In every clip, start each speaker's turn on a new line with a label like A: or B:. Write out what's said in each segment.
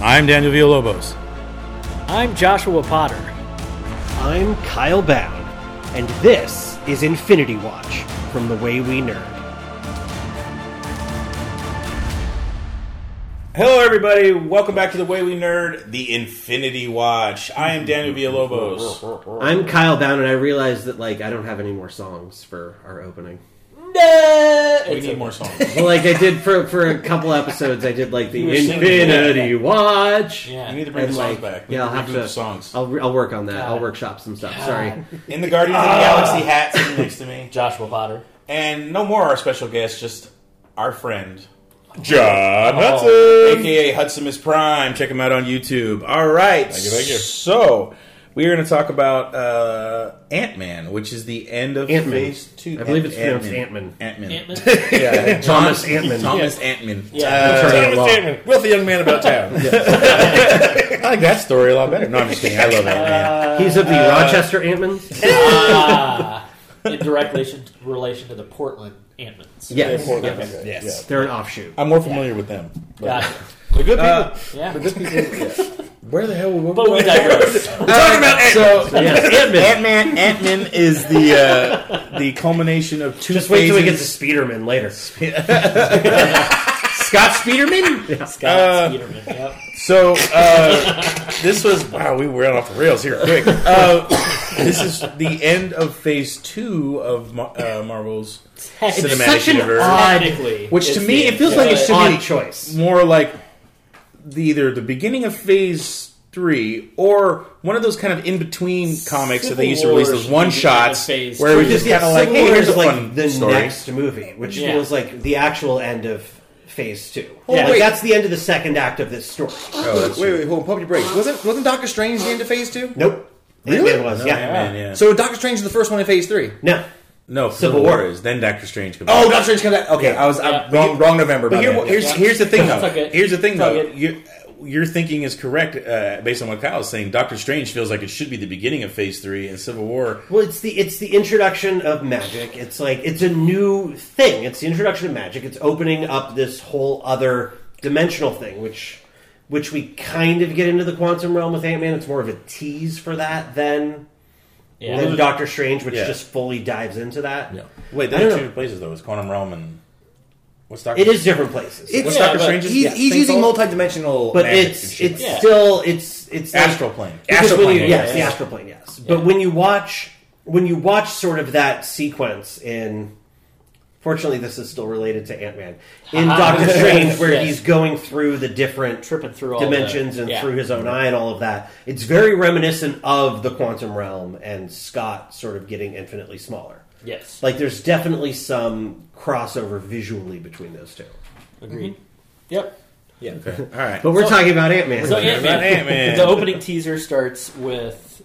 A: I'm Daniel Villalobos.
B: I'm Joshua Potter.
C: I'm Kyle Bound, and this is Infinity Watch from The Way We Nerd.
D: Hello, everybody. Welcome back to the Way We Nerd, the Infinity Watch. I am Daniel Villalobos.
C: I'm Kyle Bound, and I realize that like I don't have any more songs for our opening.
D: We need more songs.
C: Well, like I did for for a couple episodes, I did like the
D: were singing
C: Infinity Watch.
D: Yeah. You need to bring
C: and,
D: the songs back.
C: Yeah, I'll
D: We
C: have
D: can
C: to.
D: do the songs.
C: I'll, re- I'll work on that. I'll workshop some stuff. Sorry.
D: In the Guardians
C: Ah.
D: of the Galaxy hat sitting next to me.
E: Joshua Potter.
D: And no more our special guest, just our friend, Oh,
A: John Hudson.
D: aka Hudson is Prime. Check him out on YouTube. All right. Thank
A: you, thank you.
D: So, we are going to talk about uh, Ant Man, which is the end of
C: Ant-Man.
D: Phase 2.
C: I believe it's pronounced
D: Ant-Man.
E: Ant-Man?
D: yeah.
C: Thomas Antman.
D: Thomas Ant-Man.
E: Yeah.
D: Uh,
C: Thomas Law.
A: Damon, wealthy young man about town. I like that story a lot better. No, I'm just kidding. I love Ant-Man.
C: He's of the Rochester Antmans.
E: Ah, in direct relation relation to the Portland Antmans.
C: Yes,
A: Yes.
C: they're an offshoot.
D: I'm more familiar with them. But-
E: Gotcha.
D: The good people.
E: Yeah.
D: Uh, the good people. yeah. Where the hell were we?
E: But we digress.
D: We're talking about Ant-Man. So,
C: Yes, Antman.
D: Ant Man, Ant Man is the uh, the culmination of two.
C: Just wait till we get to
D: phases.
C: Speederman later. Scott Speederman.
E: Scott
D: Uh,
E: Peterman. Yep.
D: So uh, this was wow, we were off the rails here quick. Uh, this is the end of Phase Two of Mar- uh, Marvel's cinematic
C: such an
D: universe,
C: odd-
E: Technically,
D: which to me
E: it's the-
D: it feels like it
E: but-
D: should
C: Odd
D: be
C: choice.
D: more like the, either the beginning of Phase Three or one of those kind of in between comics that they used to
E: War
D: release those
E: should
D: one
E: be
D: shots
E: the end of Phase
D: where it was just
C: Yeah,
D: kind of like,
C: Civil
D: hey,
C: War
D: here's
C: is
D: a fun
C: like the
D: story.
C: next movie, which
E: Yeah.
C: feels like the actual end of Phase Two.
F: Yeah.
C: like
F: wait.
C: that's the end of the second act of this story.
F: wait, wait, hold on, pump your brakes. Wasn't wasn't Doctor Strange the end of Phase Two?
C: Nope,
F: Really?
C: Ant-Man was
D: No,
C: yeah.
D: Ant-Man, yeah.
F: So Doctor Strange is the first one in Phase Three.
C: No,
D: No, Civil
C: War.
D: War is then Doctor Strange comes.
F: Oh, Doctor Strange comes out. Okay,
C: Yeah.
F: I was I'm
E: Yeah.
F: wrong. Wrong November.
D: but
F: my
D: here,
F: bad.
D: here's here's the thing though.
E: It's okay.
D: Here's the thing
E: It's
D: though.
E: okay.
D: Your, your thinking is correct uh, based on what Kyle is saying. Doctor Strange feels like it should be the beginning of Phase Three and Civil War.
C: well, it's the it's the introduction of magic. It's like it's a new thing. It's the introduction of magic. It's opening up this whole other dimensional thing, which which we kind of get into the quantum realm with Ant Man. It's more of a tease for that than
E: Yeah.
C: than Doctor Strange, which
D: Yeah.
C: just fully dives into that.
D: Wait,
C: I
D: those are
C: don't
D: two
C: know.
D: places though. It's Quantum Realm and what's Doctor?
C: It is different places.
F: It's-
D: What's
E: Yeah,
D: Doctor
E: but
D: Strange's?
F: he's,
D: yeah,
F: he's
D: thing
F: using
D: called?
F: multidimensional,
C: but
F: magic and
C: it's
F: shit.
C: it's
E: Yeah.
C: still it's it's like-
D: astral plane.
C: Because
D: Astral
C: when
D: plane.
C: you-
D: yeah,
C: yes, the astral plane, yes. But when you watch when you watch sort of that sequence in fortunately this is still related to Ant Man. In Doctor Strange where
E: Ah, Yes.
C: he's going through the different
E: Tripping through all
C: dimensions
E: the-
C: and
E: yeah.
C: through his own eye and all of that. It's very reminiscent of the quantum realm and Scott sort of getting infinitely smaller.
E: Yes.
C: Like there's definitely some crossover visually between those two.
E: Agreed. Yep.
D: All right.
C: But we're talking about Ant Man.
E: So
D: about
E: Ant-Man,
D: Ant-Man.
E: The opening teaser starts with,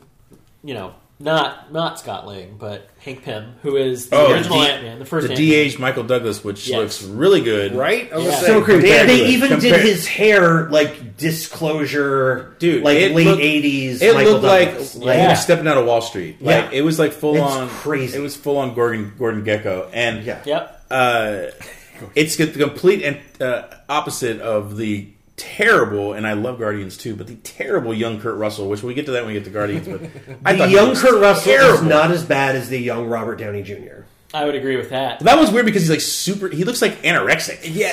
E: you know, not not Scott Lang, but Hank Pym, who is the
D: Oh,
E: original
D: the D-
E: Ant-Man, the first
D: the
E: Ant-Man.
D: DH Michael Douglas, which
E: Yes.
D: looks really good,
F: right. I was
E: Yeah.
F: gonna
C: so
F: say,
C: crazy. They,
D: compared to
C: they
D: it.
C: even
D: Compare-
C: did his hair like disclosure,
D: Dude,
C: Like
D: it
C: late
D: looked-
C: eighties.
D: It
C: Michael
D: looked
C: Douglas.
D: like like he
E: Yeah.
D: was stepping out of Wall Street. Like
C: Yeah.
D: it was like full
C: It's
D: on
C: crazy.
D: It was full on Gordon Gordon Gecko, and
C: yeah,
E: Yep.
D: it's the complete and uh, opposite of the terrible and I love Guardians too, but the terrible young Kurt Russell, which we get to that when we get to Guardians. But I
C: the
D: thought he
C: young
D: was
C: Kurt Russell is
D: terrible.
C: not as bad as the young Robert Downey Jr.
E: I would agree with that.
D: That was weird because he's like super. He looks like anorexic.
F: yeah,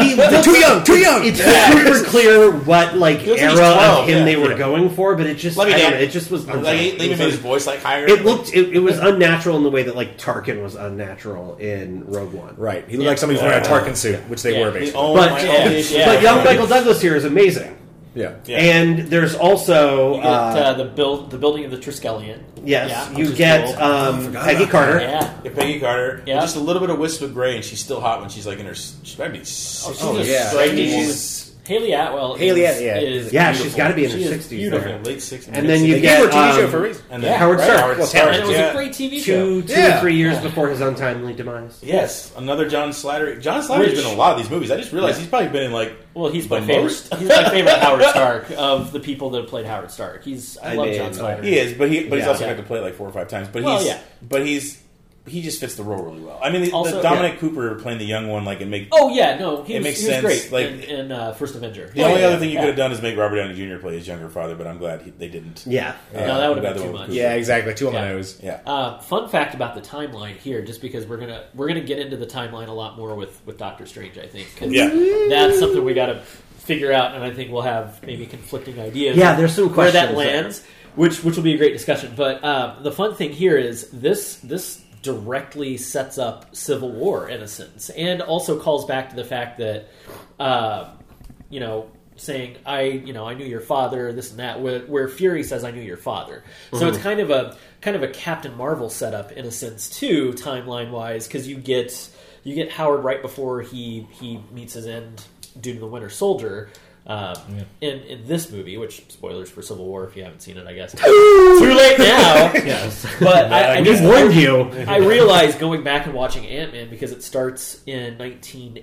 C: He looks-
F: too young, too young.
C: It's super clear what like
D: looks like
C: era
D: he's 12,
C: of him
D: yeah.
C: they were
D: Yeah.
C: going for, but it just
D: Let me
C: I don't
D: down.
C: know, it just was
D: Like
C: it,
D: leaving his voice like higher.
C: it looked it, it was unnatural in the way that like Tarkin was unnatural in Rogue One.
F: right. He looked like somebody was wearing a Tarkin suit, which they
E: Yeah.
F: were
D: The
F: basically.
D: only-
C: But,
D: my only issue-
E: yeah.
C: but young Michael Douglas here is amazing.
F: Yeah.
D: Yeah.
C: And there's also
E: You get
C: uh,
E: uh, the build the building of the Triskelion.
C: Yes,
E: Yeah, which
C: you
E: is
C: get
E: cool.
C: um,
F: forgot
C: Peggy
F: about
C: Carter.
E: yeah.
D: Yeah, Peggy Carter.
E: Yeah.
D: Just a little bit of wisp of gray, and she's still hot when she's like in her. She might be. sixties.
E: Oh, she's a
F: yeah.
E: striking
F: She's-
E: woman. Haley Atwell.
F: Haley
E: is,
F: At- yeah.
E: is
C: Yeah, she's
E: beautiful.
C: got to be in
E: She
C: her
E: is
C: sixties.
E: beautiful.
C: there.
D: late sixties.
C: And then you
F: They gave
C: get
F: her a TV show
C: um,
F: for a reason.
D: and
E: Yeah.
C: Howard Stark.
D: Howard
F: Well,
D: Stark.
E: And it was
D: yeah.
E: a great TV show.
C: two, two
F: Yeah.
C: or three years before his untimely demise.
D: Yes, another John Slattery. John Slattery's
E: Which-
D: been in a lot of these movies. I just realized he's probably been in like.
E: Well, he's
D: the
E: my favorite.
D: most.
E: He's my favorite Howard Stark of the people that have played Howard Stark. He's I, love
F: mean,
E: John Snyder.
D: He is, but he but he's
F: Yeah.
D: also going to play it like four or five times. But
E: Well,
D: he's
E: yeah.
D: but he's he just fits the role really well. I mean, the,
E: Also-
D: the Dominic Cooper playing the young one like it make.
E: Oh yeah, no, he
D: It
E: was,
D: makes
E: he was
D: sense,
E: great
D: like-
E: in, in uh, First Avenger.
D: the only
E: Yeah,
D: other thing you
E: yeah.
D: could have done is make Robert Downey Jr. play his younger father, but I'm glad he, they didn't. Uh,
C: Yeah.
E: No, that would
D: I'm
E: have
D: glad
E: been
D: they
E: too
D: went
E: much.
D: with
F: Yeah, exactly. Two on
E: Yeah.
F: the nose.
D: Yeah.
E: Uh, fun fact about the timeline here, just because we're gonna we're gonna get into the timeline a lot more with with Doctor Strange, I think. 'cause
D: Yeah.
E: that's something we got to figure out, and I think we'll have maybe conflicting ideas.
C: Yeah, there's some
E: where that
C: questions there.
E: lands, which which will be a great discussion. But um, the fun thing here is this this directly sets up Civil War in a sense, and also calls back to the fact that uh, you know saying I you know I knew your father this and that where, where Fury says I knew your father. So
C: Mm-hmm.
E: it's kind of a kind of a Captain Marvel setup in a sense too timeline wise because you get you get Howard right before he he meets his end due to the Winter Soldier. Um, in, in this movie, which spoilers for Civil War if you haven't seen it, I guess too late now. But I, I just
C: warned you.
E: I realized going back and watching Ant Man because it starts in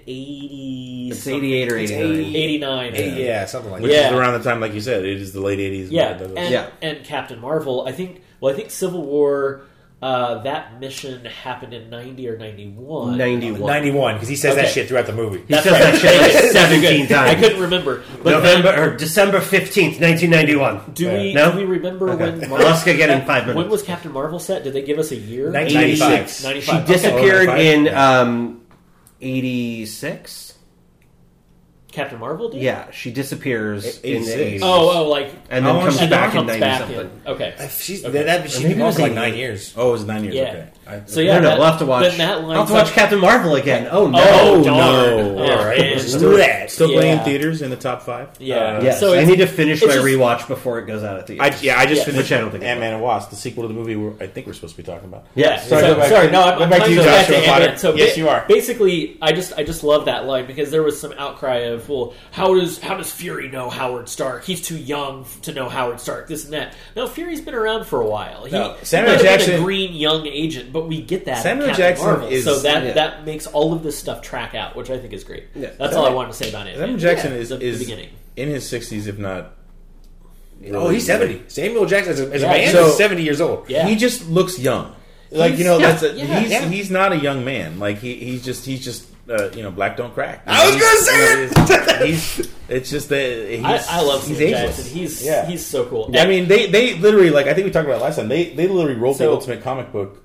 E: 1980.
C: It's 88 or 89.
E: 89.
F: Yeah, something like
D: Which
F: that.
E: Yeah.
D: is around the time, like you said, it is the late '80s.
E: Yeah,
D: That was-
E: and,
F: Yeah.
E: and Captain Marvel. I think. Well, I think Civil War. Uh, that mission happened in ninety or ninety one.
C: 91.
A: 91, because he says that
E: Okay.
A: shit throughout the movie.
C: He says that shit like 17
E: I
C: times.
E: couldn't remember. But then,
C: November or December 15th, 1991.
E: do we
C: No?
E: do we remember when? Mar-
C: Let's go get in five minutes.
E: When was Captain Marvel set? Did they give us a year?
A: 1996.
E: 95.
C: She
E: Okay.
C: disappeared
A: Oh,
C: in
A: yeah.
C: um, 86.
E: Captain Marvel. Did?
C: Yeah, she disappears in the
A: 86.
C: 80s.
E: Oh, oh, like
C: and then
A: How long
C: comes
A: is she
E: and
C: back
E: then
C: in
E: comes
C: 90
E: back
C: something.
E: in. Okay.
A: If She's, that, she
C: Maybe
A: been
C: it
A: gone
C: was
A: for like
C: eight.
A: nine years.
D: oh, it was nine years.
E: Yeah.
D: Okay. I,
E: So yeah,
C: no, no,
E: that,
C: we'll have to watch.
E: Then that
C: I'll have
E: lines
C: to watch
E: up-
C: Captain Marvel again. Oh no!
E: Oh,
D: no.
E: darn.
D: All
E: Oh,
D: right.
E: man.
A: Still that.
D: still playing
E: Yeah.
D: in theaters in the top five.
E: Yeah.
D: Uh,
C: Yes,
E: So
C: I
E: it's-
C: need to finish
E: it's
C: my
E: just-
C: rewatch before it goes out at the.
D: I, yeah, I just
E: Yeah.
D: finished
C: Which I don't think it
D: Ant Man and Wasp, the sequel to the movie we're, I think we're supposed to be talking about.
E: Yeah.
D: Sorry,
E: so,
D: go back-
E: sorry. No, I'm,
D: go back
E: I'm
D: to you,
E: going
D: Joshua
E: Ant-Man.
D: Potter.
E: So
D: Yes,
E: ba-
D: you are.
E: Basically, I just I just love that line because there was some outcry of, well, how does how does Fury know Howard Stark? He's too young f- to know Howard Stark. This and that. Now Fury's been around for a while. He,
D: No,
E: he
D: Samuel
E: might have been
D: Jackson-
E: a green young agent, but we get that. in
D: Samuel
E: Captain
D: Jackson
E: Marvel.
D: is-
E: so that
F: yeah.
E: that makes all of this stuff track out, which I think is great.
F: Yeah.
E: That's all I wanted to say about it.
D: Samuel Jackson is,
E: the,
D: is
E: the beginning.
D: in his 60s, if not.
A: Oh, he's 70. Samuel Jackson as a, as a
E: Yeah,
A: man
D: so-
A: is 70 years old.
E: Yeah.
D: He just looks young. Like you know,
E: yeah,
D: that's a,
E: yeah,
D: he's
E: yeah.
D: he's not a young man. Like he, he's just he's just uh, you know black don't crack.
A: I was gonna say
D: gonna say he's, he's it's just that he's,
E: I, I love
D: he's
E: Samuel
D: ageless.
E: Jackson. He's
D: Yeah.
E: he's so cool.
D: I mean, they they literally like I think we talked about it last time. They they literally rolled the
E: So-
D: ultimate comic book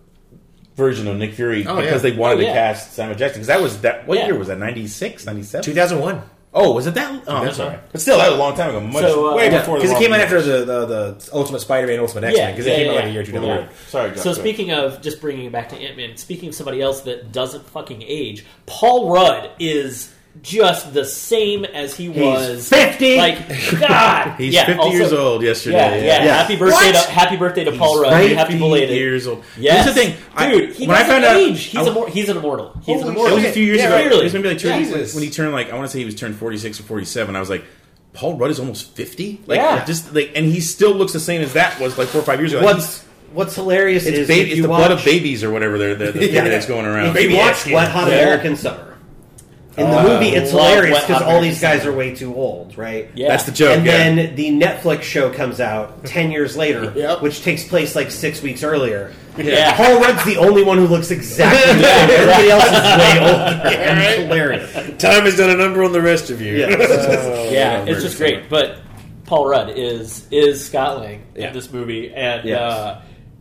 D: version of Nick Fury
F: Oh,
D: because
F: yeah.
D: they wanted
E: Oh, yeah.
D: to cast Samuel Jackson because that was that what
E: Yeah.
D: year was that 96, 97?
A: 2001.
D: Oh, was it that? Oh, I'm
A: That's
D: sorry,
A: right.
D: but still that was a long time ago. Much
E: So, uh,
D: way
E: yeah,
D: before
A: Because
D: the
A: it came out
D: Walking
A: after
D: Dead.
A: the, the, the Ultimate Spider-Man, Ultimate X-Men. Because
E: yeah,
A: it came out
E: yeah,
A: like a year or two
E: yeah.
A: down the road.
D: Sorry, Josh,
E: So
D: go ahead.
E: speaking of just bringing it back to Ant Man, speaking of somebody else that doesn't fucking age, Paul Rudd is just the same as he was
C: 50.
E: Like God,
D: he's
E: yeah,
D: fifty
E: also-
D: years old yesterday.
E: Yeah, yeah.
C: Yeah.
E: Happy birthday,
C: What?
E: to, happy birthday to Paul Rudd.
C: right?
E: Happy
D: 50
E: belated.
D: years old.
E: Yes.
D: Here's the thing, I-
E: dude. He
D: when I
E: doesn't
D: found out,
E: age. He's,
D: I-
E: immor- he's an immortal. He's
A: Holy
E: an immortal.
D: It was a few years
A: Yeah,
D: ago.
E: really.
D: It was maybe like two
E: Yeah.
D: years
A: Jesus.
D: when he turned like I want to say he was turned forty six or forty seven. I was like, Paul Rudd is almost fifty. Like
E: Yeah.
D: just like, and he still looks the same as that was like four or five years ago. Like,
C: What's What's hilarious
D: he's-
C: is
D: it's, ba-
C: if
D: it's
C: you
D: the
C: watch,
D: blood of babies or whatever they're, they're, the theory that's going around.
C: If you watch
A: Skin.
C: Wet Hot
E: Yeah.
C: American Summer. In the
D: Oh.
C: movie, it's
E: Love
C: hilarious
E: Wet Hot
C: because all
E: American
C: these guys are way too old, right?
E: Yeah.
D: That's the joke.
C: and
D: yeah.
C: then the Netflix show comes out ten years later,
F: Yep.
C: which takes place like six weeks earlier.
E: Yeah.
C: Paul Rudd's the only one who looks exactly the same. Everybody else is way older. And it's hilarious.
A: Time has done a number on the rest of you.
C: Yes.
E: yeah,
D: Yeah,
E: it's just
D: very
E: great. But Paul Rudd is is Scott Lang
A: Yeah.
E: in this movie, and
C: Yes.
E: uh,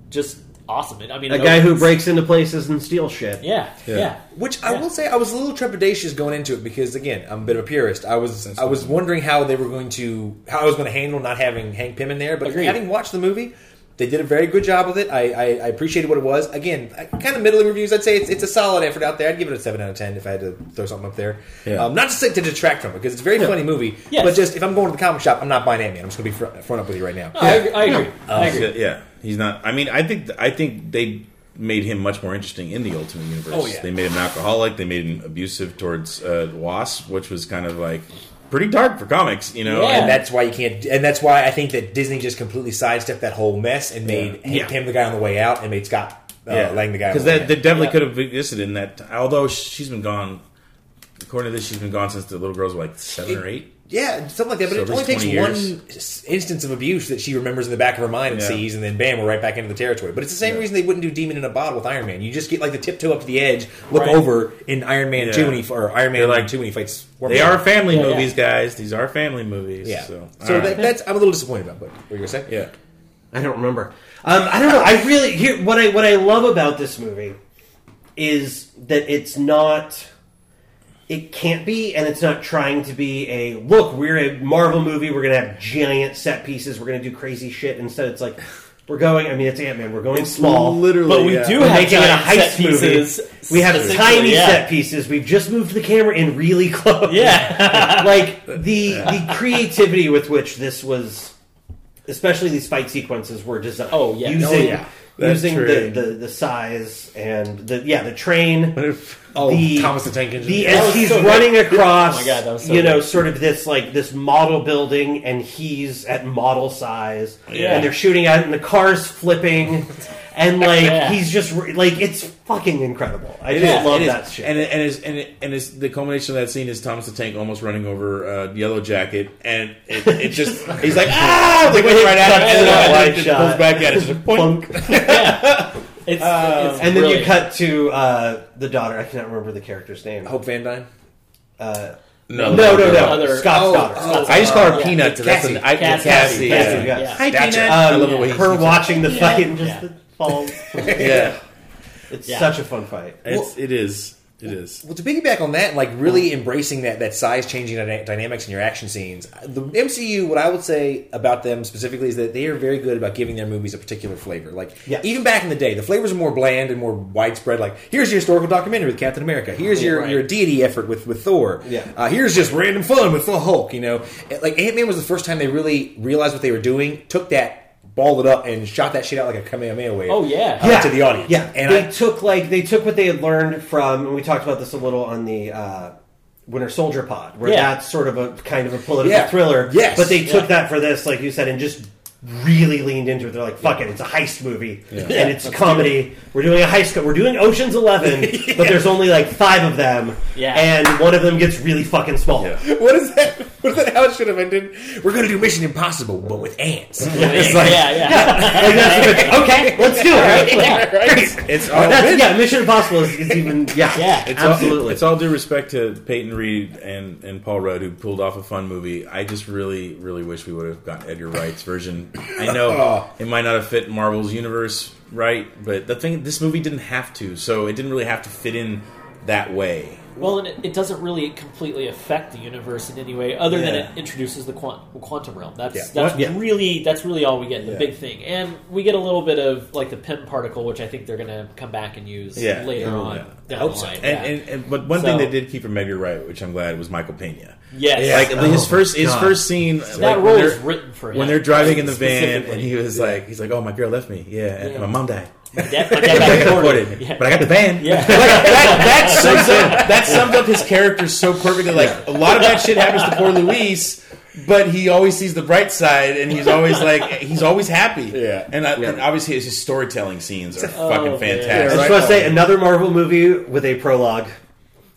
E: just awesome. And, I mean,
C: a
E: it
C: guy who
E: opens-
C: breaks into places and steals shit.
E: Yeah, yeah,
F: Which I
E: Yeah.
F: will say, I was a little trepidatious going into it because, again, I'm a bit of a purist. I was I was wondering how they were going to how I was going to handle not having Hank Pym in there. But
E: Agreed.
F: having watched the movie, they did a very good job with it. I, I, I appreciated what it was. Again, I, kind of middling reviews. I'd say it's, it's a solid effort out there. I'd give it a seven out of ten if I had to throw something up there.
D: Yeah.
F: Um, not to say to detract from it because it's a very funny movie.
E: Yes.
F: But just if I'm going to the comic shop, I'm not buying Ant Man. I'm just going to be front, front up with you right now.
E: No, I, agree- I agree. I
D: He's
E: agree.
D: a- yeah, he's not. I mean, I think I think they made him much more interesting in the Ultimate Universe.
F: Oh, yeah.
D: They made him an alcoholic. They made him abusive towards uh, Wasp, which was kind of like pretty dark for comics, you know.
E: Yeah.
F: And that's why you can't. And that's why I think that Disney just completely sidestepped that whole mess and made Hank
D: Yeah.
F: Pym the guy on the way out and made Scott uh, Lang the guy on
D: because
F: the way
D: that, that definitely
E: Yeah.
D: could have existed in that. Although she's been gone According to this, she's been gone since the little girls were like seven or eight.
F: Yeah, something like that. But
D: So
F: it
D: at
F: only
D: least
F: takes
D: 20
F: one
D: years.
F: s- instance of abuse that she remembers in the back of her mind and
D: Yeah.
F: sees, and then bam, we're right back into the territory. But it's the same reason they wouldn't do Demon in a Bottle with Iron Man. You just get like the tiptoe up to the edge, look
E: Right.
F: over in Iron Man
D: Yeah.
F: two, and he, f- or Iron Man
D: They're
F: like
D: like-
F: two, when he fights.
D: They are family
E: Yeah, yeah.
D: movies, guys. These are family movies.
F: yeah. So,
D: So, All
F: that,
D: right.
F: that's I'm a little disappointed about. But what were you gonna say?
D: yeah.
C: I don't remember. Um, I don't know. I really here what I what I love about this movie is that it's not. It can't be, and it's not trying to be a look. We're a Marvel movie. We're gonna have giant set pieces. We're gonna do crazy shit. Instead, it's like we're going. I mean, it's Ant Man. We're going small.
D: Literally,
E: But we
D: yeah.
E: do
C: We're
E: have
C: making it a
E: giant set
C: heist
E: pieces.
C: movie. We have
E: Essentially,
C: tiny
E: yeah.
C: set pieces. We've just moved the camera in really close.
E: Yeah.
C: like the the creativity with which this was, especially these fight sequences were designed.
E: Oh, yeah.
C: using
E: Oh,
D: yeah. That
C: using the,
D: train.
C: the the size and the yeah the train.
F: Oh,
C: the,
F: Thomas the Tank Engine.
C: the-
F: Yeah.
E: was
C: as he's
E: so good.
C: running across,
E: Oh my God, that was so
C: you know,
E: good.
C: sort of this like this model building, and he's at model size,
E: Yeah.
C: and they're shooting at it, and the car's flipping, and like
E: Yeah.
C: he's just re- like it's fucking incredible. I
D: It
C: just
D: is,
C: love
D: it is.
C: that shit.
D: And it, and it's, and it, and it's the culmination of that scene is Thomas the Tank almost running over uh, Yellow Jacket, and it, it just he's like ah, like went right at him, and
C: Yeah.
D: then
C: Wide
D: it just
C: shot.
D: pulls back at it, just like, boink.
E: It's, it's
C: Uh, and then you
E: brilliant.
C: cut to uh, the daughter. I cannot remember the character's name.
D: Oh,
F: Hope Van Dyne.
D: No,
C: no, no, no.
E: Other-
C: Scott's
F: Oh,
C: daughter.
F: oh,
D: I just call her Peanut.
F: Cassie.
D: because That's an, I,
E: Cassie.
D: Cassie.
E: Cassie,
D: yeah.
C: Cassie, yeah.
D: Hi,
F: That's
D: Peanut.
F: her.
D: I love the way
C: her
D: he's
C: watching the fight and just
E: Yeah.
C: the falls.
D: Yeah,
C: It's
E: Yeah.
C: such a fun fight.
D: it's, it is. It is.
F: Well, to piggyback on that, like really
E: Hmm.
F: embracing that that size changing dyna- dynamics in your action scenes, the MCU. What I would say about them specifically is that they are very good about giving their movies a particular flavor. Like
C: Yeah.
F: even back in the day, the flavors are more bland and more widespread. Like here's your historical documentary with Captain America. Here's your,
E: Right.
F: your deity effort with with Thor.
C: Yeah.
F: Uh, here's just random fun with the Hulk. You know, like Ant Man was the first time they really realized what they were doing. Took that. Balled it up and shot that shit out like a Kamehameha wave.
E: Oh, yeah.
F: uh, to the audience.
C: Yeah,
F: and
C: they
F: I,
C: took like they took what they had learned from, and we talked about this a little on the uh, Winter Soldier pod, where
E: Yeah.
C: that's sort of a kind of a political
F: Yeah.
C: thriller.
F: Yes.
C: but they took
E: Yeah.
C: that for this, like you said, and just really leaned into it. They're like, "Fuck it, it's a heist movie, and it's comedy. We're doing a heist. Co- we're doing Ocean's Eleven, but there's only like five of them,
E: Yeah.
C: and one of them gets really fucking small."
F: What is that? What is that? How it should have ended? We're gonna do Mission Impossible, but with ants. It's like,
E: yeah, yeah.
C: Like, that's- okay, let's do it.
E: yeah.
D: It's all
C: That's, yeah, Mission Impossible is, is even yeah,
E: Yeah.
D: It's
C: absolutely.
D: All, it's all due respect to Peyton Reed and, and Paul Rudd, who pulled off a fun movie. I just really, really wish we would have gotten Edgar Wright's version. I know it might not have fit Marvel's universe right, but the thing, this movie didn't have to, so it didn't really have to fit in that way.
E: Well, and it, it doesn't really completely affect the universe in any way, other than
D: Yeah.
E: it introduces the quant, quantum realm. That's
F: Yeah.
E: that's
D: What? Yeah.
E: really that's really all we get. The
D: Yeah.
E: big thing, and we get a little bit of like the PIM particle, which I think they're going to come back and use
D: Yeah.
E: later
D: Oh,
E: on.
D: yeah.
E: down
F: I hope
E: the
F: so.
E: line,
D: And,
E: yeah.
D: and, and but one
E: So-
D: thing they did keep from Edgar Wright, which I'm glad, was Michael Pena.
E: Yes. Yeah.
D: like
C: Oh
D: his first
C: my
D: his
C: God.
D: first scene.
E: that
D: like, when
E: role is
D: they're-
E: written for him
D: when they're driving in the van, and
E: specifically.
D: he was like, he's like, "Oh, my girl left me. Yeah, and
E: Yeah.
D: my mom died.
E: That- that got recorded.
D: Recorded.
E: Yeah.
D: But I got the van.
E: Yeah.
D: Like, that, that sums up that sums up his character so perfectly. Like a lot of that shit happens to poor Luis, but he always sees the bright side, and he's always like he's always happy.
F: Yeah.
D: and, I, and obviously his, his storytelling scenes are
E: man.
D: fucking
C: I
D: fantastic.
C: just want to say another Marvel movie with a prologue.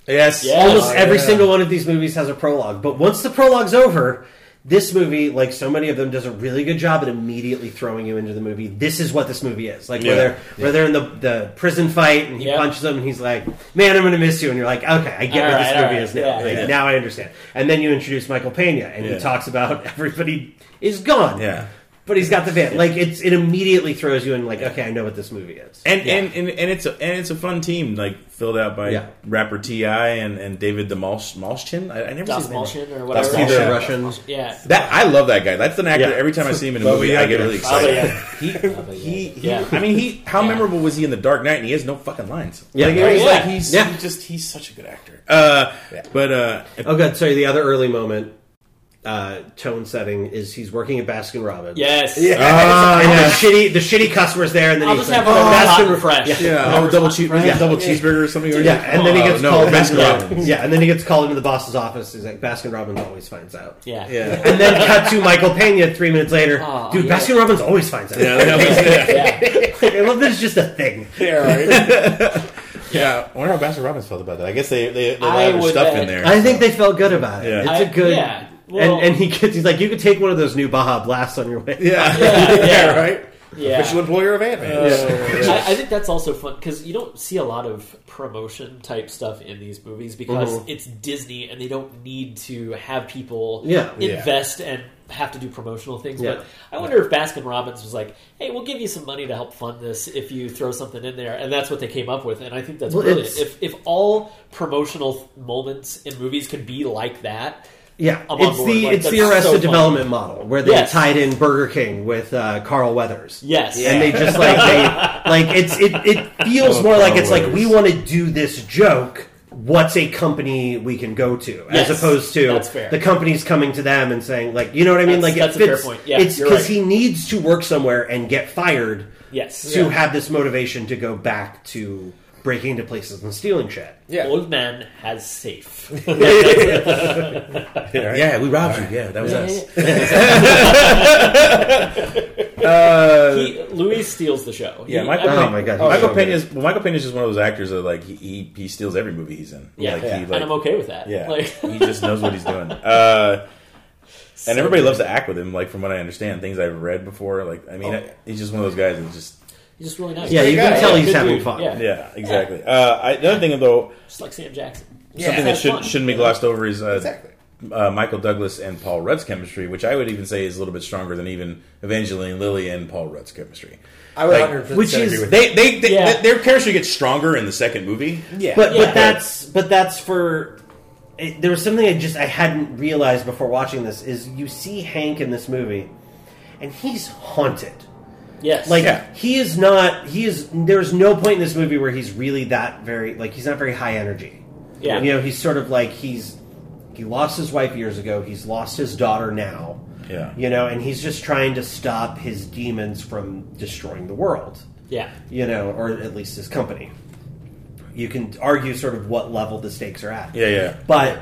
D: Yes,
E: Yeah.
C: Almost
E: Oh,
C: every
F: yeah.
C: single one of these movies has a prologue, but once the prologue's over, this movie, like so many of them, does a really good job at immediately throwing you into the movie. This is what this movie is. Like where
D: Yeah.
C: they're where they're in the, the prison fight and he
E: Yeah.
C: punches them and he's like, "Man, I'm going to miss you," and you're like, "Okay, I get
E: All
C: what
E: right,
C: this
E: all
C: movie
E: right.
C: is now.
E: Yeah,
C: Like,
D: yeah.
C: Now I understand." And then you introduce Michael Pena, and
D: Yeah.
C: he talks about everybody is gone.
D: Yeah.
C: But he's got the van. Like it's it immediately throws you in. Like okay, I know what this movie is.
D: And, and, and and it's a and it's a fun team like filled out by
C: Yeah.
D: rapper Ti and, and David the Malsh, Malshin. I, I never
E: Das
D: see his name.
E: Malshin or
D: Das
E: whatever.
D: Malshin.
C: Either
D: Yeah.
C: Russian.
E: Yeah.
D: That I love that guy. That's an actor.
C: Yeah.
D: Every time I see him in a movie, I get really excited.
C: uh,
D: He, he, he
E: Yeah.
D: I mean, he. How
E: Yeah.
D: memorable was he in The Dark Knight? And he has no fucking lines.
C: Yeah.
D: like, it was
E: Yeah.
D: like he's
C: Yeah.
D: he just he's such a good actor. Uh, but uh,
C: Oh, good. Sorry, the other early moment uh, tone setting is he's working at Baskin Robbins.
E: Yes.
C: And the shitty, the shitty customer's there, and then
E: I'll
C: he's
E: just have
C: like,
E: a
C: Baskin
E: hot
C: Oh, Refresh.
E: refresh.
C: Yeah.
D: yeah, oh, double cheese, double cheeseburger or something. Oh,
C: Yeah, and then he gets
D: no,
C: called.
D: Baskin
C: yeah.
D: Robbins.
C: Yeah, and then he gets called into the boss's office. He's like, Baskin Robbins always finds out.
E: Yeah.
D: Yeah.
C: And then cut to Michael Pena three minutes later.
E: Aw,
C: Dude,
E: yeah.
C: Baskin Robbins always finds out.
D: Yeah, that was-
E: Yeah.
C: I love that it's just a thing.
F: Yeah, right.
A: Yeah, I wonder how Baskin Robbins felt about that. I guess they they, they
E: I
A: allowed their
E: would
A: stuff
E: bet-
A: in there.
C: I think they felt good about it.
D: Yeah.
C: It's
E: I-
C: a good.
E: yeah, well-
C: and, and he gets, he's like, you could take one of those new Baja Blasts on your way.
A: yeah.
E: Yeah, yeah.
A: right.
E: Yeah.
F: But you employ your van,
C: Uh,
F: man.
E: I, I think that's also fun because you don't see a lot of promotion type stuff in these movies because it's Disney and they don't need to have people
C: Yeah. Yeah.
E: invest and have to do promotional things.
C: Yeah.
E: But I wonder if Baskin Robbins was like, "Hey, we'll give you some money to help fund this if you throw something in there," and that's what they came up with. And I think that's
C: Well,
E: brilliant.
C: it's-
E: If if all promotional moments in movies could be like that,
C: Yeah,
E: I'm on
C: it's
E: board.
C: the
E: Like,
C: it's the
E: that's so
C: Arrested
E: funny.
C: Development model where they
E: Yes.
C: tied in Burger King with uh, Carl Weathers.
E: yes,
C: and they just like they like it's it it feels more like it's like we
D: Carl Weathers.
C: want to do this joke. What's a company we can go to, as
E: Yes,
C: opposed to
E: that's fair.
C: the company's coming to them and saying like, you know what I mean?
E: That's-
C: like
E: that's a
C: it
E: fair
C: fits,
E: point. Yeah,
C: it's
E: you're
C: because
E: right.
C: he needs to work somewhere and get fired
E: yes,
C: to have this motivation to go back to breaking into places and stealing shit.
F: Yeah.
E: Old man has safe.
D: Yeah, we robbed you. Yeah, that was us.
E: he, Louis steals the show.
D: Yeah,
E: He-
D: Michael.
E: I
C: Oh
E: mean,
D: Pena-
C: my God, he's
D: Michael
C: so
D: Pena is well, Michael Pena is just one of those actors that like he, he he steals every movie he's in.
E: Yeah.
D: like, He,
E: and
D: like,
E: I'm okay with that.
D: Yeah,
E: Like,
D: he just knows what he's doing. Uh, and everybody loves to act with him. Like from what I understand, things I've read before. Like I mean, I- he's just one of those guys that just
E: he's just really nice.
C: Yeah, you
F: Yeah,
C: can tell
F: yeah,
C: he's
E: good
C: having
E: dude.
C: fun.
E: Yeah.
D: yeah, exactly. Uh, I, the other thing though,
E: Just like Sam Jackson.
D: something that
E: That's
D: should,
E: fun.
D: shouldn't be glossed over is uh,
F: Exactly.
D: uh, Michael Douglas and Paul Rudd's chemistry, which I would even say is a little bit stronger than even Evangeline Lilly and Paul Rudd's chemistry.
F: I would
D: Like,
F: 100%
C: which
F: agree
C: is-
F: with
D: They, they, they
E: Yeah.
D: th- their chemistry gets stronger in the second movie.
F: that. Yeah.
C: But
E: Yeah.
C: but that's but that's for. It, there was something I just I hadn't realized before watching this is you see Hank in this movie, and he's haunted.
E: Yes.
C: Like
D: Yeah.
C: he is not. He is. There's no point in this movie where he's really that very. Like he's not very high energy.
E: Yeah.
C: You know, he's sort of like he's. He lost his wife years ago. He's lost his daughter now.
D: Yeah.
C: You know, and he's just trying to stop his demons from destroying the world
E: yeah.
C: you know, or at least his company. You can argue sort of what level the stakes are at.
D: Yeah, yeah.
C: But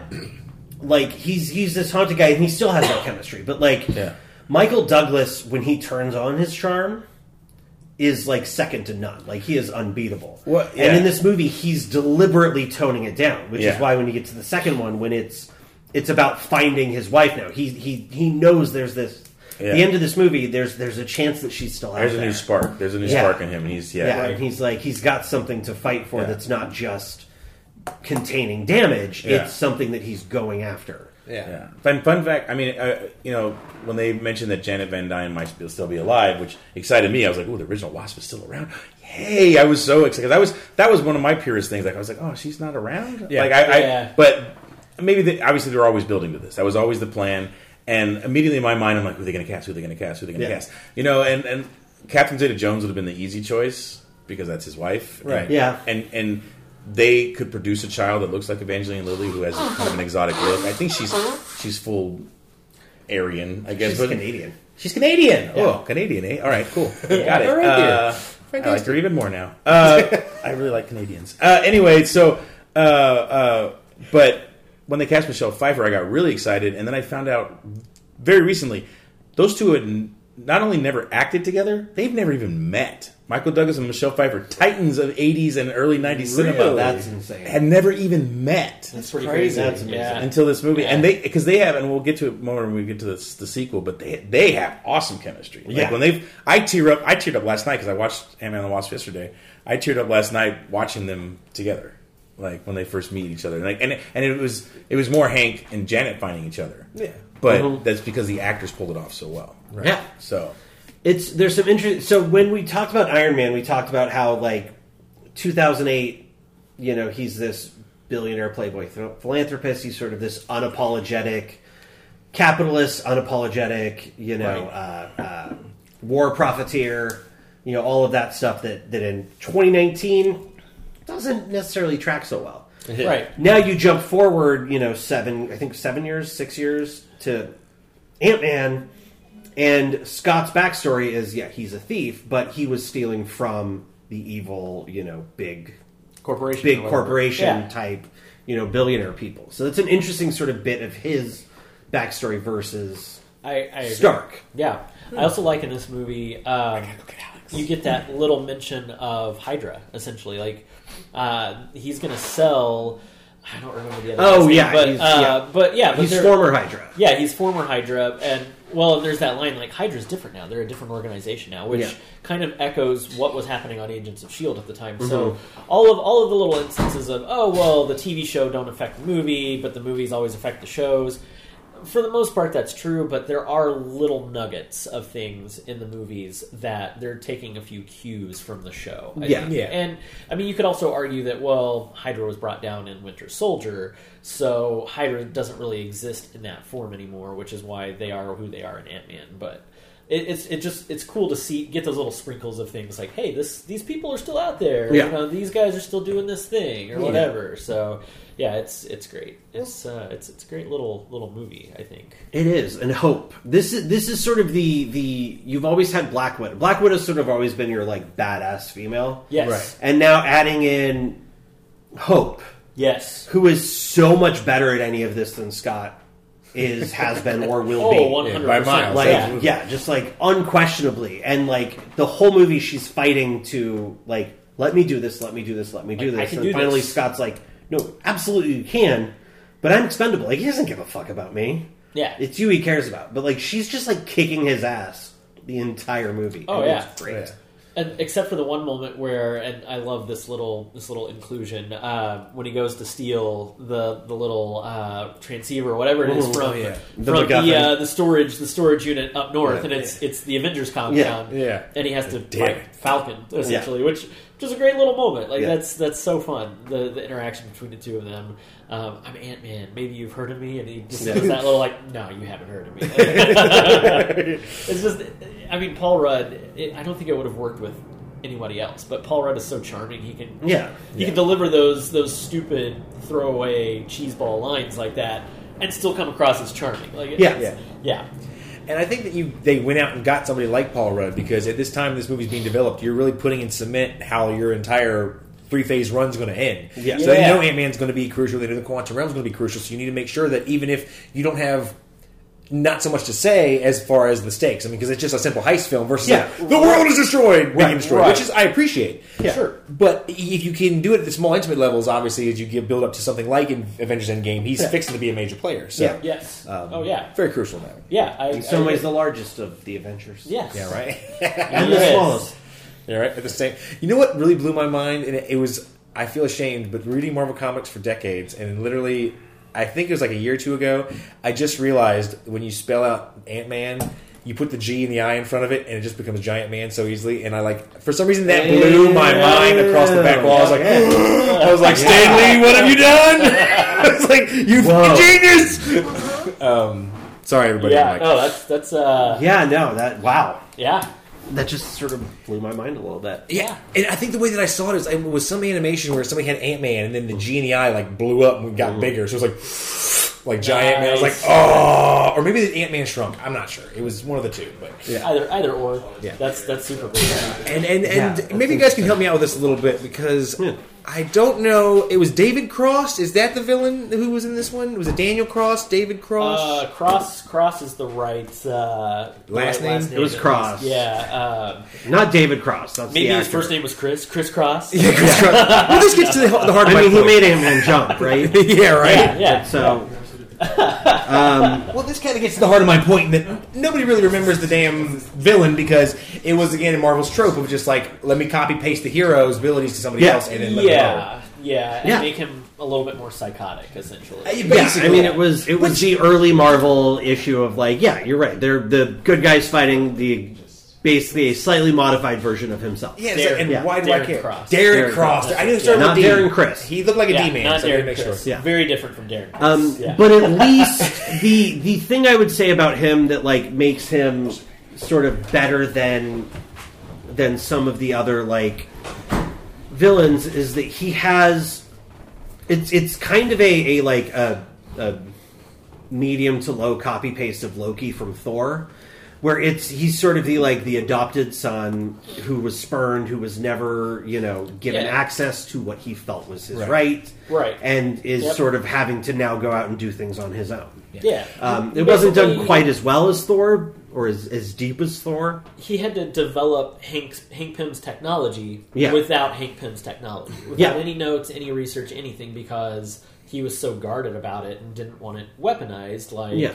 C: like he's he's this haunted guy and he still has that chemistry. But like
D: Yeah.
C: Michael Douglas when he turns on his charm is like second to none. Like he is unbeatable.
D: Well, yeah.
C: And in this movie he's deliberately toning it down, which
D: Yeah.
C: is why when you get to the second one when it's it's about finding his wife now. He he he knows there's this
D: Yeah.
C: the end of this movie there's there's a chance that she's still out
D: There's a
C: there.
D: new spark. There's a new
C: Yeah.
D: spark in him. and He's yeah.
C: Yeah, and he's like he's got something to fight for
D: Yeah.
C: that's not just containing damage.
D: Yeah.
C: It's something that he's going after.
F: yeah.
D: Yeah. Fun, fun fact. I mean, uh, you know, when they mentioned that Janet Van Dyne might be- still be alive, which excited me, I was like, "Oh, the original Wasp is still around." Yay! I was so excited. 'Cause I was that was one of my purest things. Like, I was like, "Oh, she's not around."
F: Yeah.
D: Like, I,
E: Yeah.
D: I but maybe they, obviously they're always building to this. That was always the plan. And immediately in my mind, I'm like, "Who are they going to cast? Who are they going to cast? Who are they going to
C: Yeah.
D: cast?" You know, and and Captain Zeta Jones would have been the easy choice because that's his wife,
F: Right.
D: And-
C: Yeah.
D: and and they could produce a child that looks like Evangeline Lilly, who has a, kind of an exotic look. I think she's she's full Aryan, I guess.
C: She's
D: but-
C: Canadian.
D: She's Canadian. Oh, Canadian, eh? All right, cool. Got it.
F: All right, dear.
D: Uh, I like her even more now. Uh, I really like Canadians. Uh, anyway, so uh, uh, but when they cast Michelle Pfeiffer, I got really excited, and then I found out very recently those two had n- not only never acted together, they've never even met. Michael Douglas and Michelle Pfeiffer, titans of '80s and early '90s cinema,
F: Really?
C: That's insane.
D: had never even met
E: That's pretty
F: crazy.
E: crazy.
C: That's amazing.
E: Yeah.
D: until this movie, and
E: Yeah.
D: they because they have, and we'll get to it more when we get to this, the sequel. But they they have awesome chemistry. Like
C: Yeah.
D: when they've, I tear up. I teared up last night because I watched Ant Man and the Wasp yesterday. I teared up last night watching them together, like when they first meet each other. And like, and it, and it was it was more Hank and Janet finding each other.
F: Yeah.
D: but that's because the actors pulled it off so well.
C: Yeah.
D: So
C: It's there's some interest. So when we talked about Iron Man, we talked about how like 2008, you know, he's this billionaire playboy th- philanthropist. He's sort of this unapologetic capitalist, unapologetic, you know, uh, uh, war profiteer. You know, all of that stuff that that in 2019 doesn't necessarily track so well.
E: Right.
C: now you jump forward, you know, seven, I think seven years, six years to Ant Man, and Scott's backstory is yeah, he's a thief, but he was stealing from the evil, you know, big,
E: Corporation.
C: big
E: or whatever.
C: corporation
E: Yeah.
C: type, you know, billionaire people. So that's an interesting sort of bit of his backstory versus.
E: I, I agree.
C: Stark.
E: Yeah, I also like in this movie. Um, you get that little mention of Hydra, essentially. Like uh, he's going to sell. I don't remember the other.
C: Oh,
E: guy's name,
C: yeah,
E: but
C: he's-
E: uh,
C: yeah.
E: but yeah, but
C: He's
E: they're-
C: former Hydra.
E: Yeah, he's former Hydra, and well, there's that line like Hydra's different now. They're a different organization now, which
C: Yeah.
E: kind of echoes what was happening on Agents of Shield E at the time. So
C: Mm-hmm.
E: all of all of the little instances of oh well, the TV show don't affect the movie, but the movies always affect the shows. For the most part, that's true, but there are little nuggets of things in the movies that they're taking a few cues from the show. I
C: Yeah.
E: think.
F: Yeah.
E: And I mean, you could also argue that well, Hydra was brought down in Winter Soldier, so Hydra doesn't really exist in that form anymore, which is why they are who they are in Ant Man. But it, it's it just it's cool to see get those little sprinkles of things like hey, this these people are still out there,
C: Yeah.
E: you know, these guys are still doing this thing or whatever. So yeah, it's it's great. It's uh, it's it's a great little little movie, I think.
C: It is, and hope. This is this is sort of the the you've always had Black Widow. Black Widow's sort of always been your like badass female.
E: Yes,
C: And now adding in Hope,
E: yes.
C: who is so much better at any of this than Scott is, has been, or will be.
E: Oh, 100
A: by miles.
C: like
E: Yeah.
C: yeah. just like unquestionably and like the whole movie she's fighting to like let me do this let me do this let me do
E: Like, I
C: this
E: can
C: and
E: do
C: finally
E: this.
C: scott's like no absolutely you can but i'm expendable like he doesn't give a fuck about me
E: Yeah.
C: it's you he cares about but like she's just like kicking his ass the entire movie
E: Oh,
C: And
E: yeah.
C: it's great
E: And, except for the one moment where, and I love this little this little inclusion uh, when he goes to steal the the little uh, transceiver, or whatever it is
C: Ooh,
E: from
F: oh, yeah.
E: the
C: The
E: from the,
C: MacGuffin.
E: uh, the storage the storage unit up north,
C: Yeah.
E: and it's it's the Avengers
A: Yeah.
E: compound,
A: Yeah.
E: and he has to
F: Damn
E: fight
F: it.
E: Falcon essentially, which which is a great little moment. Like
C: Yeah.
E: that's that's so fun the the interaction between the two of them. Um, I'm Ant Man. Maybe you've heard of me, and he just says that little like, no, you haven't heard of me. it's just, I mean, Paul Rudd. It, I don't think it would have worked with anybody else, but Paul Rudd is so charming. He can
C: yeah
E: he can deliver those those stupid throwaway cheeseball lines like that and still come across as charming. Like it-
C: Yeah.
E: it's- yeah.
F: And I think that you they went out and got somebody like Paul Rudd because at this time this movie's being developed, you're really putting in cement how your entire three phase run's going to end.
C: Yeah.
F: So they
E: Yeah.
F: know Ant Man's going to be crucial. They know the quantum realm's going to be crucial. So you need to make sure that even if you don't have not so much to say as far as the stakes. I mean, because it's just a simple heist film versus
C: Yeah.
F: like, the world is destroyed, being destroyed,
E: right.
F: which is I appreciate.
E: Yeah. Sure.
F: But if you can do it at the small intimate levels, obviously, as you get build up to something like in Avengers Endgame, he's fixing to be a major player. So
C: Yeah.
E: Yes.
F: um,
E: oh yeah.
F: very crucial now.
E: Yeah. I,
C: in some
E: I-
C: ways the largest of the adventures
E: Yes.
F: Yeah, right.
C: and the
E: Yes.
C: smallest
F: Yeah, right. At the same, you know what really blew my mind, and it, it was I feel ashamed, but reading Marvel comics for decades, and literally, I think it was like a year or two ago, I just realized when you spell out Ant Man, you put the G and the I in front of it, and it just becomes Giant Man so easily. And I like for some reason that blew my mind across the back wall. I was like, I was like, Stan Lee, what have you done? I was like, you
C: Whoa.
F: fucking genius. um, sorry, everybody.
E: Yeah.
F: I'm like,
E: No, that's that's uh
C: yeah no that wow
E: yeah.
C: that just sort of blew my mind a little bit
F: Yeah, and I think the way that I saw it is it was some animation where somebody had Ant Man, and then the G and the eye like blew up and got bigger. So it was like, like giant man. I was like,
E: Nice.
F: oh, or maybe the Ant Man shrunk. I'm not sure. It was one of the two, but yeah.
E: Either either or. That's that's super cool.
F: And and and
C: Yeah.
F: maybe you guys can help me out with this a little bit because I don't know. It was David Cross. Is that the villain who was in this one? Was it Daniel Cross? David Cross?
E: Uh, cross cross is the right uh, the
F: Last
E: right
F: name?
E: Last
F: It
E: name
C: it was
E: at
C: cross
E: least. Yeah. Um,
C: not david cross that's
E: maybe
C: the
E: his
C: actor.
E: first name was Chris. Chris Cross.
F: yeah, Chris Cross. Well, this gets to the, the heart of
C: I
F: my
C: mean, he
F: point.
C: made him and jump, right?
F: yeah, right.
E: Yeah. yeah.
C: So
F: Well, this kind of gets to the heart of my point that nobody really remembers the damn villain because it was again in Marvel's trope of just like let me copy paste the hero's abilities to somebody
C: Yeah.
F: else and then let them
E: yeah, yeah, and
C: Yeah.
E: make him a little bit more psychotic, essentially.
F: go.
C: yeah, I mean, it
F: was
C: was it was the early Marvel issue of like, yeah, you're right. They're the good guys fighting the basically a slightly modified version of himself.
F: yeah,
E: Darren-
F: and
C: yeah.
F: why do I
E: Darren
F: care?
E: Cross.
F: Darren,
C: Darren
F: Cross.
E: Cross.
F: I knew it started
C: Not
F: with D.
C: Darren Chris.
F: He looked like a
E: yeah,
F: D man.
E: not
F: so I had to
E: Darren
F: make
E: Chris.
F: sure.
C: Yeah.
E: Very different from Darren. Chris.
C: Um,
E: yeah.
C: But at least the the thing I would say about him that like makes him sort of better than than some of the other like villains is that he has it's it's kind of a, a like a, a medium to low copy paste of Loki from Thor, where it's he's sort of the like the adopted son who was spurned, who was never you know given
E: Yeah.
C: access to what he felt was his right,
E: Right.
C: and is
E: Yep.
C: sort of having to now go out and do things on his own.
E: Yeah.
C: Um, it wasn't done
E: Basically,
C: quite as well as Thor, or as, as deep as Thor.
E: He had to develop Hank's, Hank Pym's technology
C: Yeah.
E: without Hank Pym's technology, without
C: Yeah.
E: any notes, any research, anything, because he was so guarded about it and didn't want it weaponized. Like,
C: Yeah.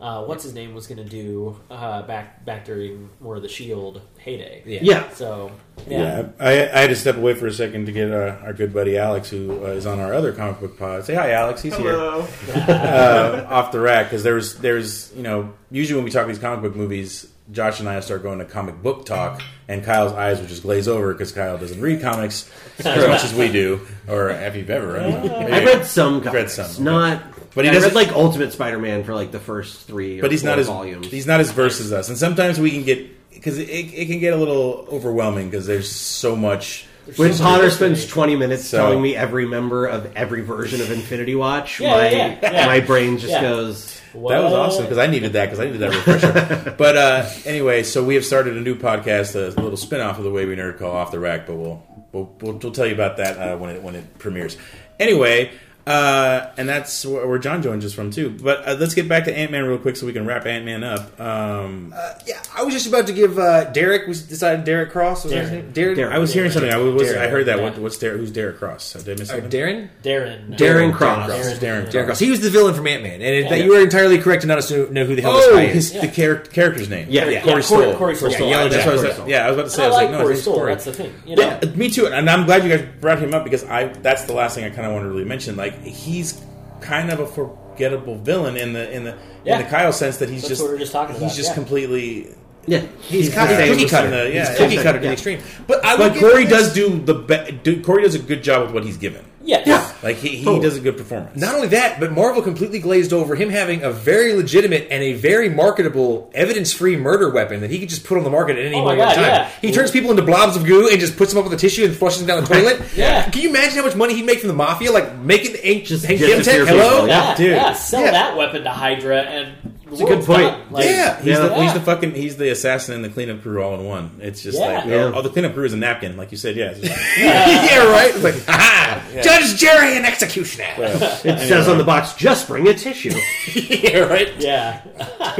E: uh, what's his name was going to do uh, back back during War of the Shield heyday.
C: Yeah.
E: So yeah,
D: Yeah, I, I had to step away for a second to get uh, our good buddy Alex, who uh, is on our other comic book pod. Say hi, Alex. He's
G: Hello.
D: here uh, off the rack because there's there's you know usually when we talk these comic book movies, Josh and I start going to comic book talk, and Kyle's eyes will just glaze over because Kyle doesn't read comics as much as we do, or if you've ever. I don't know.
C: I read some comics,
D: Read some,
C: not.
D: But
C: But
D: he
C: he I read
D: doesn't-
C: like Ultimate Spider-Man for like the first three, or
D: but he's
C: four
D: not as
C: volumes.
D: he's not as versed as us, and sometimes we can get because it, it can get a little overwhelming because there's so much.
C: When Potter spends 20 minutes
D: So-
C: telling me every member of every version of Infinity Watch,
E: Yeah,
C: my
E: yeah, yeah.
C: my brain just
E: Yeah.
C: goes.
D: That was awesome because I needed that because I needed that refresher. but uh, anyway, so we have started a new podcast, a little spin off of the way we nerd call off the rack. But we'll we'll, we'll, we'll tell you about that uh, when it when it premieres. Anyway, uh, and that's where where John joins us from too. But uh, let's get back to Ant Man real quick so we can wrap Ant Man up. Um,
F: Yeah, I was just about to give uh, Derek. We decided Derek Cross was that his name. Derek.
C: Derek.
D: I was hearing something. I was I
F: Darren.
D: heard that. What, what's Derek? Who's Derek Cross? Uh, Did I miss
F: Or
D: something?
F: Darren.
E: Darren
C: Darren Cross.
D: Darren, Darren
F: Derek
D: Cross.
F: Cross. He was the villain from Ant Man, and it,
E: Yeah.
F: you were entirely correct to not assume, know who the hell
D: Oh,
F: this guy
D: his,
F: is.
D: the char- character's name.
C: Yeah,
E: Yeah,
D: Corey
E: Corey,
D: Stoll.
E: Corey Stoll.
F: Yeah, Yellow
D: that's
F: Jack.
D: what I was.
F: Corey
C: Stoll.
D: Yeah, I was about to say.
E: I
D: I was like,
E: like
D: no,
E: Corey
D: it's
E: Stoll.
D: Corey.
E: That's the thing. You know?
D: Yeah, uh, me too. And I'm glad you guys brought him up because I that's the last thing I kind of want to really mention. Like he's kind of a forgettable villain in the in the
E: Yeah.
D: in the Kyle sense that he's
E: That's
D: just
E: what we were just talking
D: he's
E: about,
D: just
E: yeah.
D: completely.
C: Yeah,
F: He's,
C: the
F: cookie,
C: same
F: cookie
C: as-
F: cutter.
D: the- yeah,
F: he's
D: yeah.
F: cookie cutter to
C: Yeah.
F: the extreme. But I would
D: But
F: give
D: Corey
F: him
D: does
F: this-
D: do the be- do, Corey does a good job with what he's given.
E: Yes.
D: Like he, he
F: Totally.
D: does a good performance.
F: Not only that, but Marvel completely glazed over him having a very legitimate and a very marketable, evidence-free murder weapon that he could just put on the market at any
E: Oh my
F: moment in
E: God,
F: time.
E: yeah.
F: He turns people into blobs of goo and just puts them up with a tissue and flushes them down the toilet.
E: Yeah.
F: Can you imagine how much money he'd make from the mafia? Like making the ink just Hank Pym
C: disappear
F: tank? Hello,
C: people,
E: Yeah,
D: dude.
E: yeah, sell
F: Yeah.
E: that weapon to Hydra, and it's
C: a good point.
F: Yeah.
D: He's, The,
E: Yeah.
D: he's the fucking he's the assassin and the cleanup crew all in one. It's just
E: Yeah.
D: like
C: Yeah.
D: oh, the cleanup crew is a napkin, like you said. Yeah, It's just-
F: yeah, right. It's like, aha, Judge Jerry and executioner.
C: It says on the box, "Just bring a tissue."
F: yeah, right.
E: Yeah. That's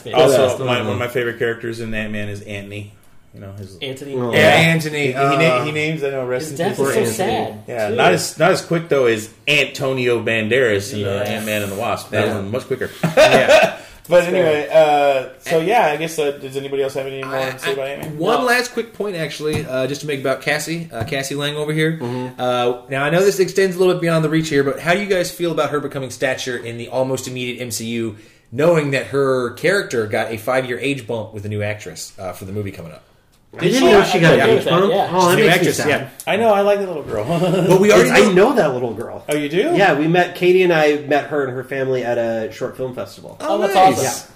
E: fantastic.
D: oh. also my, one of my favorite characters in Ant Man is Antony. You know his
E: Anthony.
F: Yeah, Anthony.
D: He, he,
F: Uh,
D: na- he names I know rest
E: His
D: in
E: death
D: peace.
E: is so
C: Anthony.
E: sad.
D: Yeah,
E: too.
D: not as not as quick though as Antonio Banderas in
E: Yeah.
D: the Ant Man and the Wasp. That
F: Yeah.
D: one much quicker. But anyway, uh, so yeah, I guess uh, does anybody else have any more
F: Uh,
D: to say about Ant Man?
F: One
E: No.
F: last quick point, actually, uh, just to make about Cassie, uh, Cassie Lang over here. Uh, now, I know this extends a little bit beyond the reach here, but how do you guys feel about her becoming stature in the almost immediate MCU, knowing that her character got a five year age bump with a new actress uh, for the movie coming up?
C: I didn't know she got
E: I
C: a
E: agree
C: huge
E: with that,
C: bump.
E: yeah.
C: Oh, that
F: new
C: makes me
F: actress,
C: sad.
F: yeah.
D: I know I like the little girl.
F: But we already know,
C: I know that little girl.
D: oh, you do?
C: Yeah, we met Katie and I met her and her family at a short film festival.
E: Oh, that's
F: nice.
E: awesome.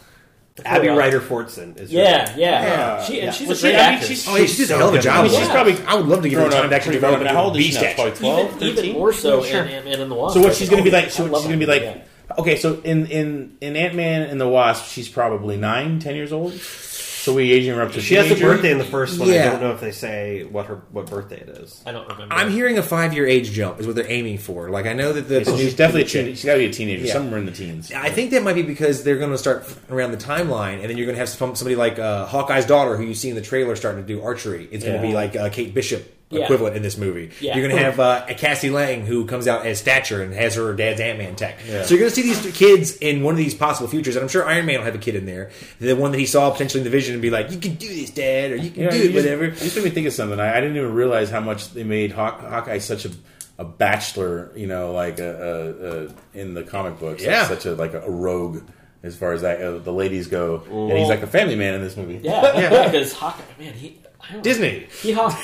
C: Yeah. Abby Ryder Fortson is. her
E: Yeah, yeah.
D: Yeah.
E: She, and
C: Yeah.
E: she's
D: Well,
E: a
D: she- I
E: great
D: mean,
E: actress.
D: she's-
F: Oh, yeah, she did a
C: so
F: hell of a
C: good.
F: job.
D: I mean,
F: with
D: she's
F: that.
D: probably
F: I would love to give her
D: grown
F: the time
D: up,
F: to actually
D: pretty
F: develop
D: grown up. How old
F: a
D: is
F: B
D: she now?
F: statue.
D: Probably 12,
E: even, even
D: 13?
E: more so
F: Sure.
E: in Ant-Man and the Wasp.
D: So
E: Like,
D: what she's going
E: oh,
D: to be like?
E: I
D: She, she's
E: love
D: going to be
E: her.
D: like.
E: Yeah.
D: Okay, so in in in Ant Man and the Wasp, she's probably nine, ten years old. So we aging her up to.
C: She has a
D: teenager.
C: birthday in the first one. I
F: Yeah.
C: don't know if they say what her what birthday it is.
E: I don't remember.
F: I'm hearing a five year age jump is what they're aiming for. Like, I know that the.
D: So
F: the new-
D: she's definitely. A teen, she's got to be a teenager.
F: Yeah.
D: Somewhere in the teens.
F: I think that might be because they're going to start f- around the timeline, and then you're going to have some, somebody like uh, Hawkeye's daughter, who you see in the trailer, starting to do archery. It's going
D: Yeah.
F: to be like uh, Kate Bishop
E: Yeah.
F: equivalent in this movie.
E: Yeah.
F: You're going to have uh, a Cassie Lang who comes out as stature and has her dad's Ant Man tech. So you're going to see these th- kids in one of these possible futures, and I'm sure Iron Man will have a kid in there, the one that he saw potentially in the Vision, and be like, "You can do this, Dad," or "You can
D: Yeah,
F: do
D: you
F: it,
D: just-
F: whatever."
D: You just made me think of something. I, I didn't even realize how much they made Hawk, Hawkeye such a a bachelor. You know, like a, a, a, in the comic books, like
F: Yeah.
D: such a like a, rogue as far as that uh, the ladies go, and he's like a family man in this movie.
E: Yeah,
F: Yeah.
E: because Hawkeye, man, he I don't
F: Disney.
E: He hawks,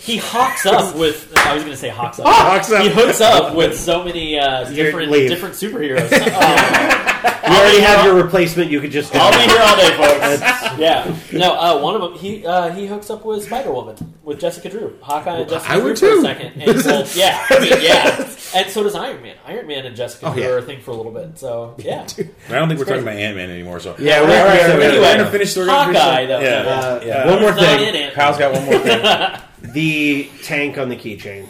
E: he hawks up with. I was going to say hawks up.
F: Hawks up.
E: He hooks up with so many uh, different
C: leave.
E: different superheroes. Um,
C: You already have your replacement. You could just.
F: Oh,
G: I'll be here all day, folks.
E: yeah. No, uh, one of them he uh, he hooks up with Spider Woman with Jessica Drew, Hawkeye and Jessica
F: I
E: Drew
F: would
E: for a
F: too.
E: second. And well, yeah, I mean, yeah. And so does Iron Man. Iron Man and Jessica
F: Oh,
E: Drew
F: yeah.
E: are a thing for a little bit. So yeah.
D: I don't think we're talking about Ant Man anymore. So
F: Yeah,
E: we're-
F: we're,
E: we're-
D: We're
E: Anyway.
D: gonna finish the
E: Hawkeye though.
D: Yeah.
C: Uh,
D: Yeah.
C: One more
E: Not in
C: thing.
E: it.
A: Kyle's got one more thing.
C: The tank on the keychain.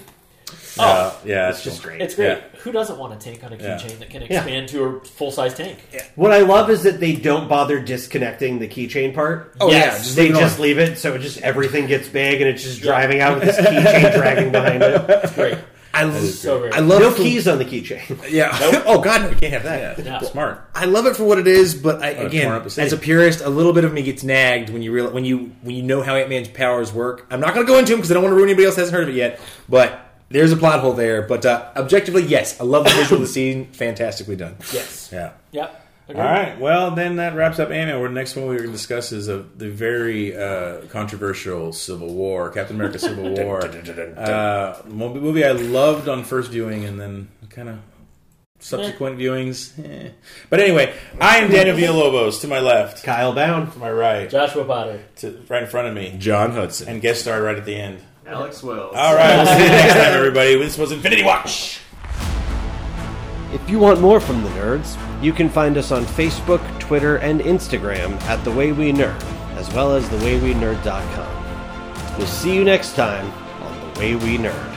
E: Oh,
D: yeah,
C: It's just great.
E: it's great.
D: Yeah.
E: Who doesn't want a tank on a
D: Yeah.
E: keychain that can expand to a full size tank?
C: What I love is that they don't bother disconnecting the keychain part.
F: Oh,
E: Yes.
F: yeah. Just
C: they
F: leave it
C: just
F: on.
C: leave it, so it just everything gets big, and it's just driving out with this keychain dragging behind it.
E: It's great.
F: I,
E: So great.
F: I love
C: No
F: it for-
C: keys on the keychain.
F: Yeah. oh, God, no, we can't have that.
E: Yeah.
D: smart.
F: I love it for what it is, but I,
D: it's
F: again,
D: torn up the city.
F: as a purist, a little bit of me gets nagged when you real, when you when you know how Ant Man's powers work. I'm not going to go into them because I don't want to ruin anybody else that hasn't heard of it yet. But there's a plot hole there. But uh, objectively, yes, I love the visual of the scene. Fantastically done.
E: Yes.
D: Yeah.
E: Yep. Agreed.
D: All right. Well, then that wraps up Ant Man. Where the next one we're going to discuss is uh the very uh, controversial Civil War, Captain America Civil War. uh, movie movie I loved on first viewing, and then kind of subsequent viewings. eh. But anyway, I am Daniel Villalobos. To my left, to
C: Kyle Bound.
D: my right,
E: Joshua Potter.
D: to, right in front of me,
F: John Hudson.
D: and guest star right at the end.
G: Alex Wells.
D: All right. We'll see you next time, everybody. This was Infinity Watch.
C: If you want more from the nerds, you can find us on Facebook, Twitter, and Instagram at The Way We Nerd, as well as TheWayWeNerd.com. We'll see you next time on The Way We Nerd.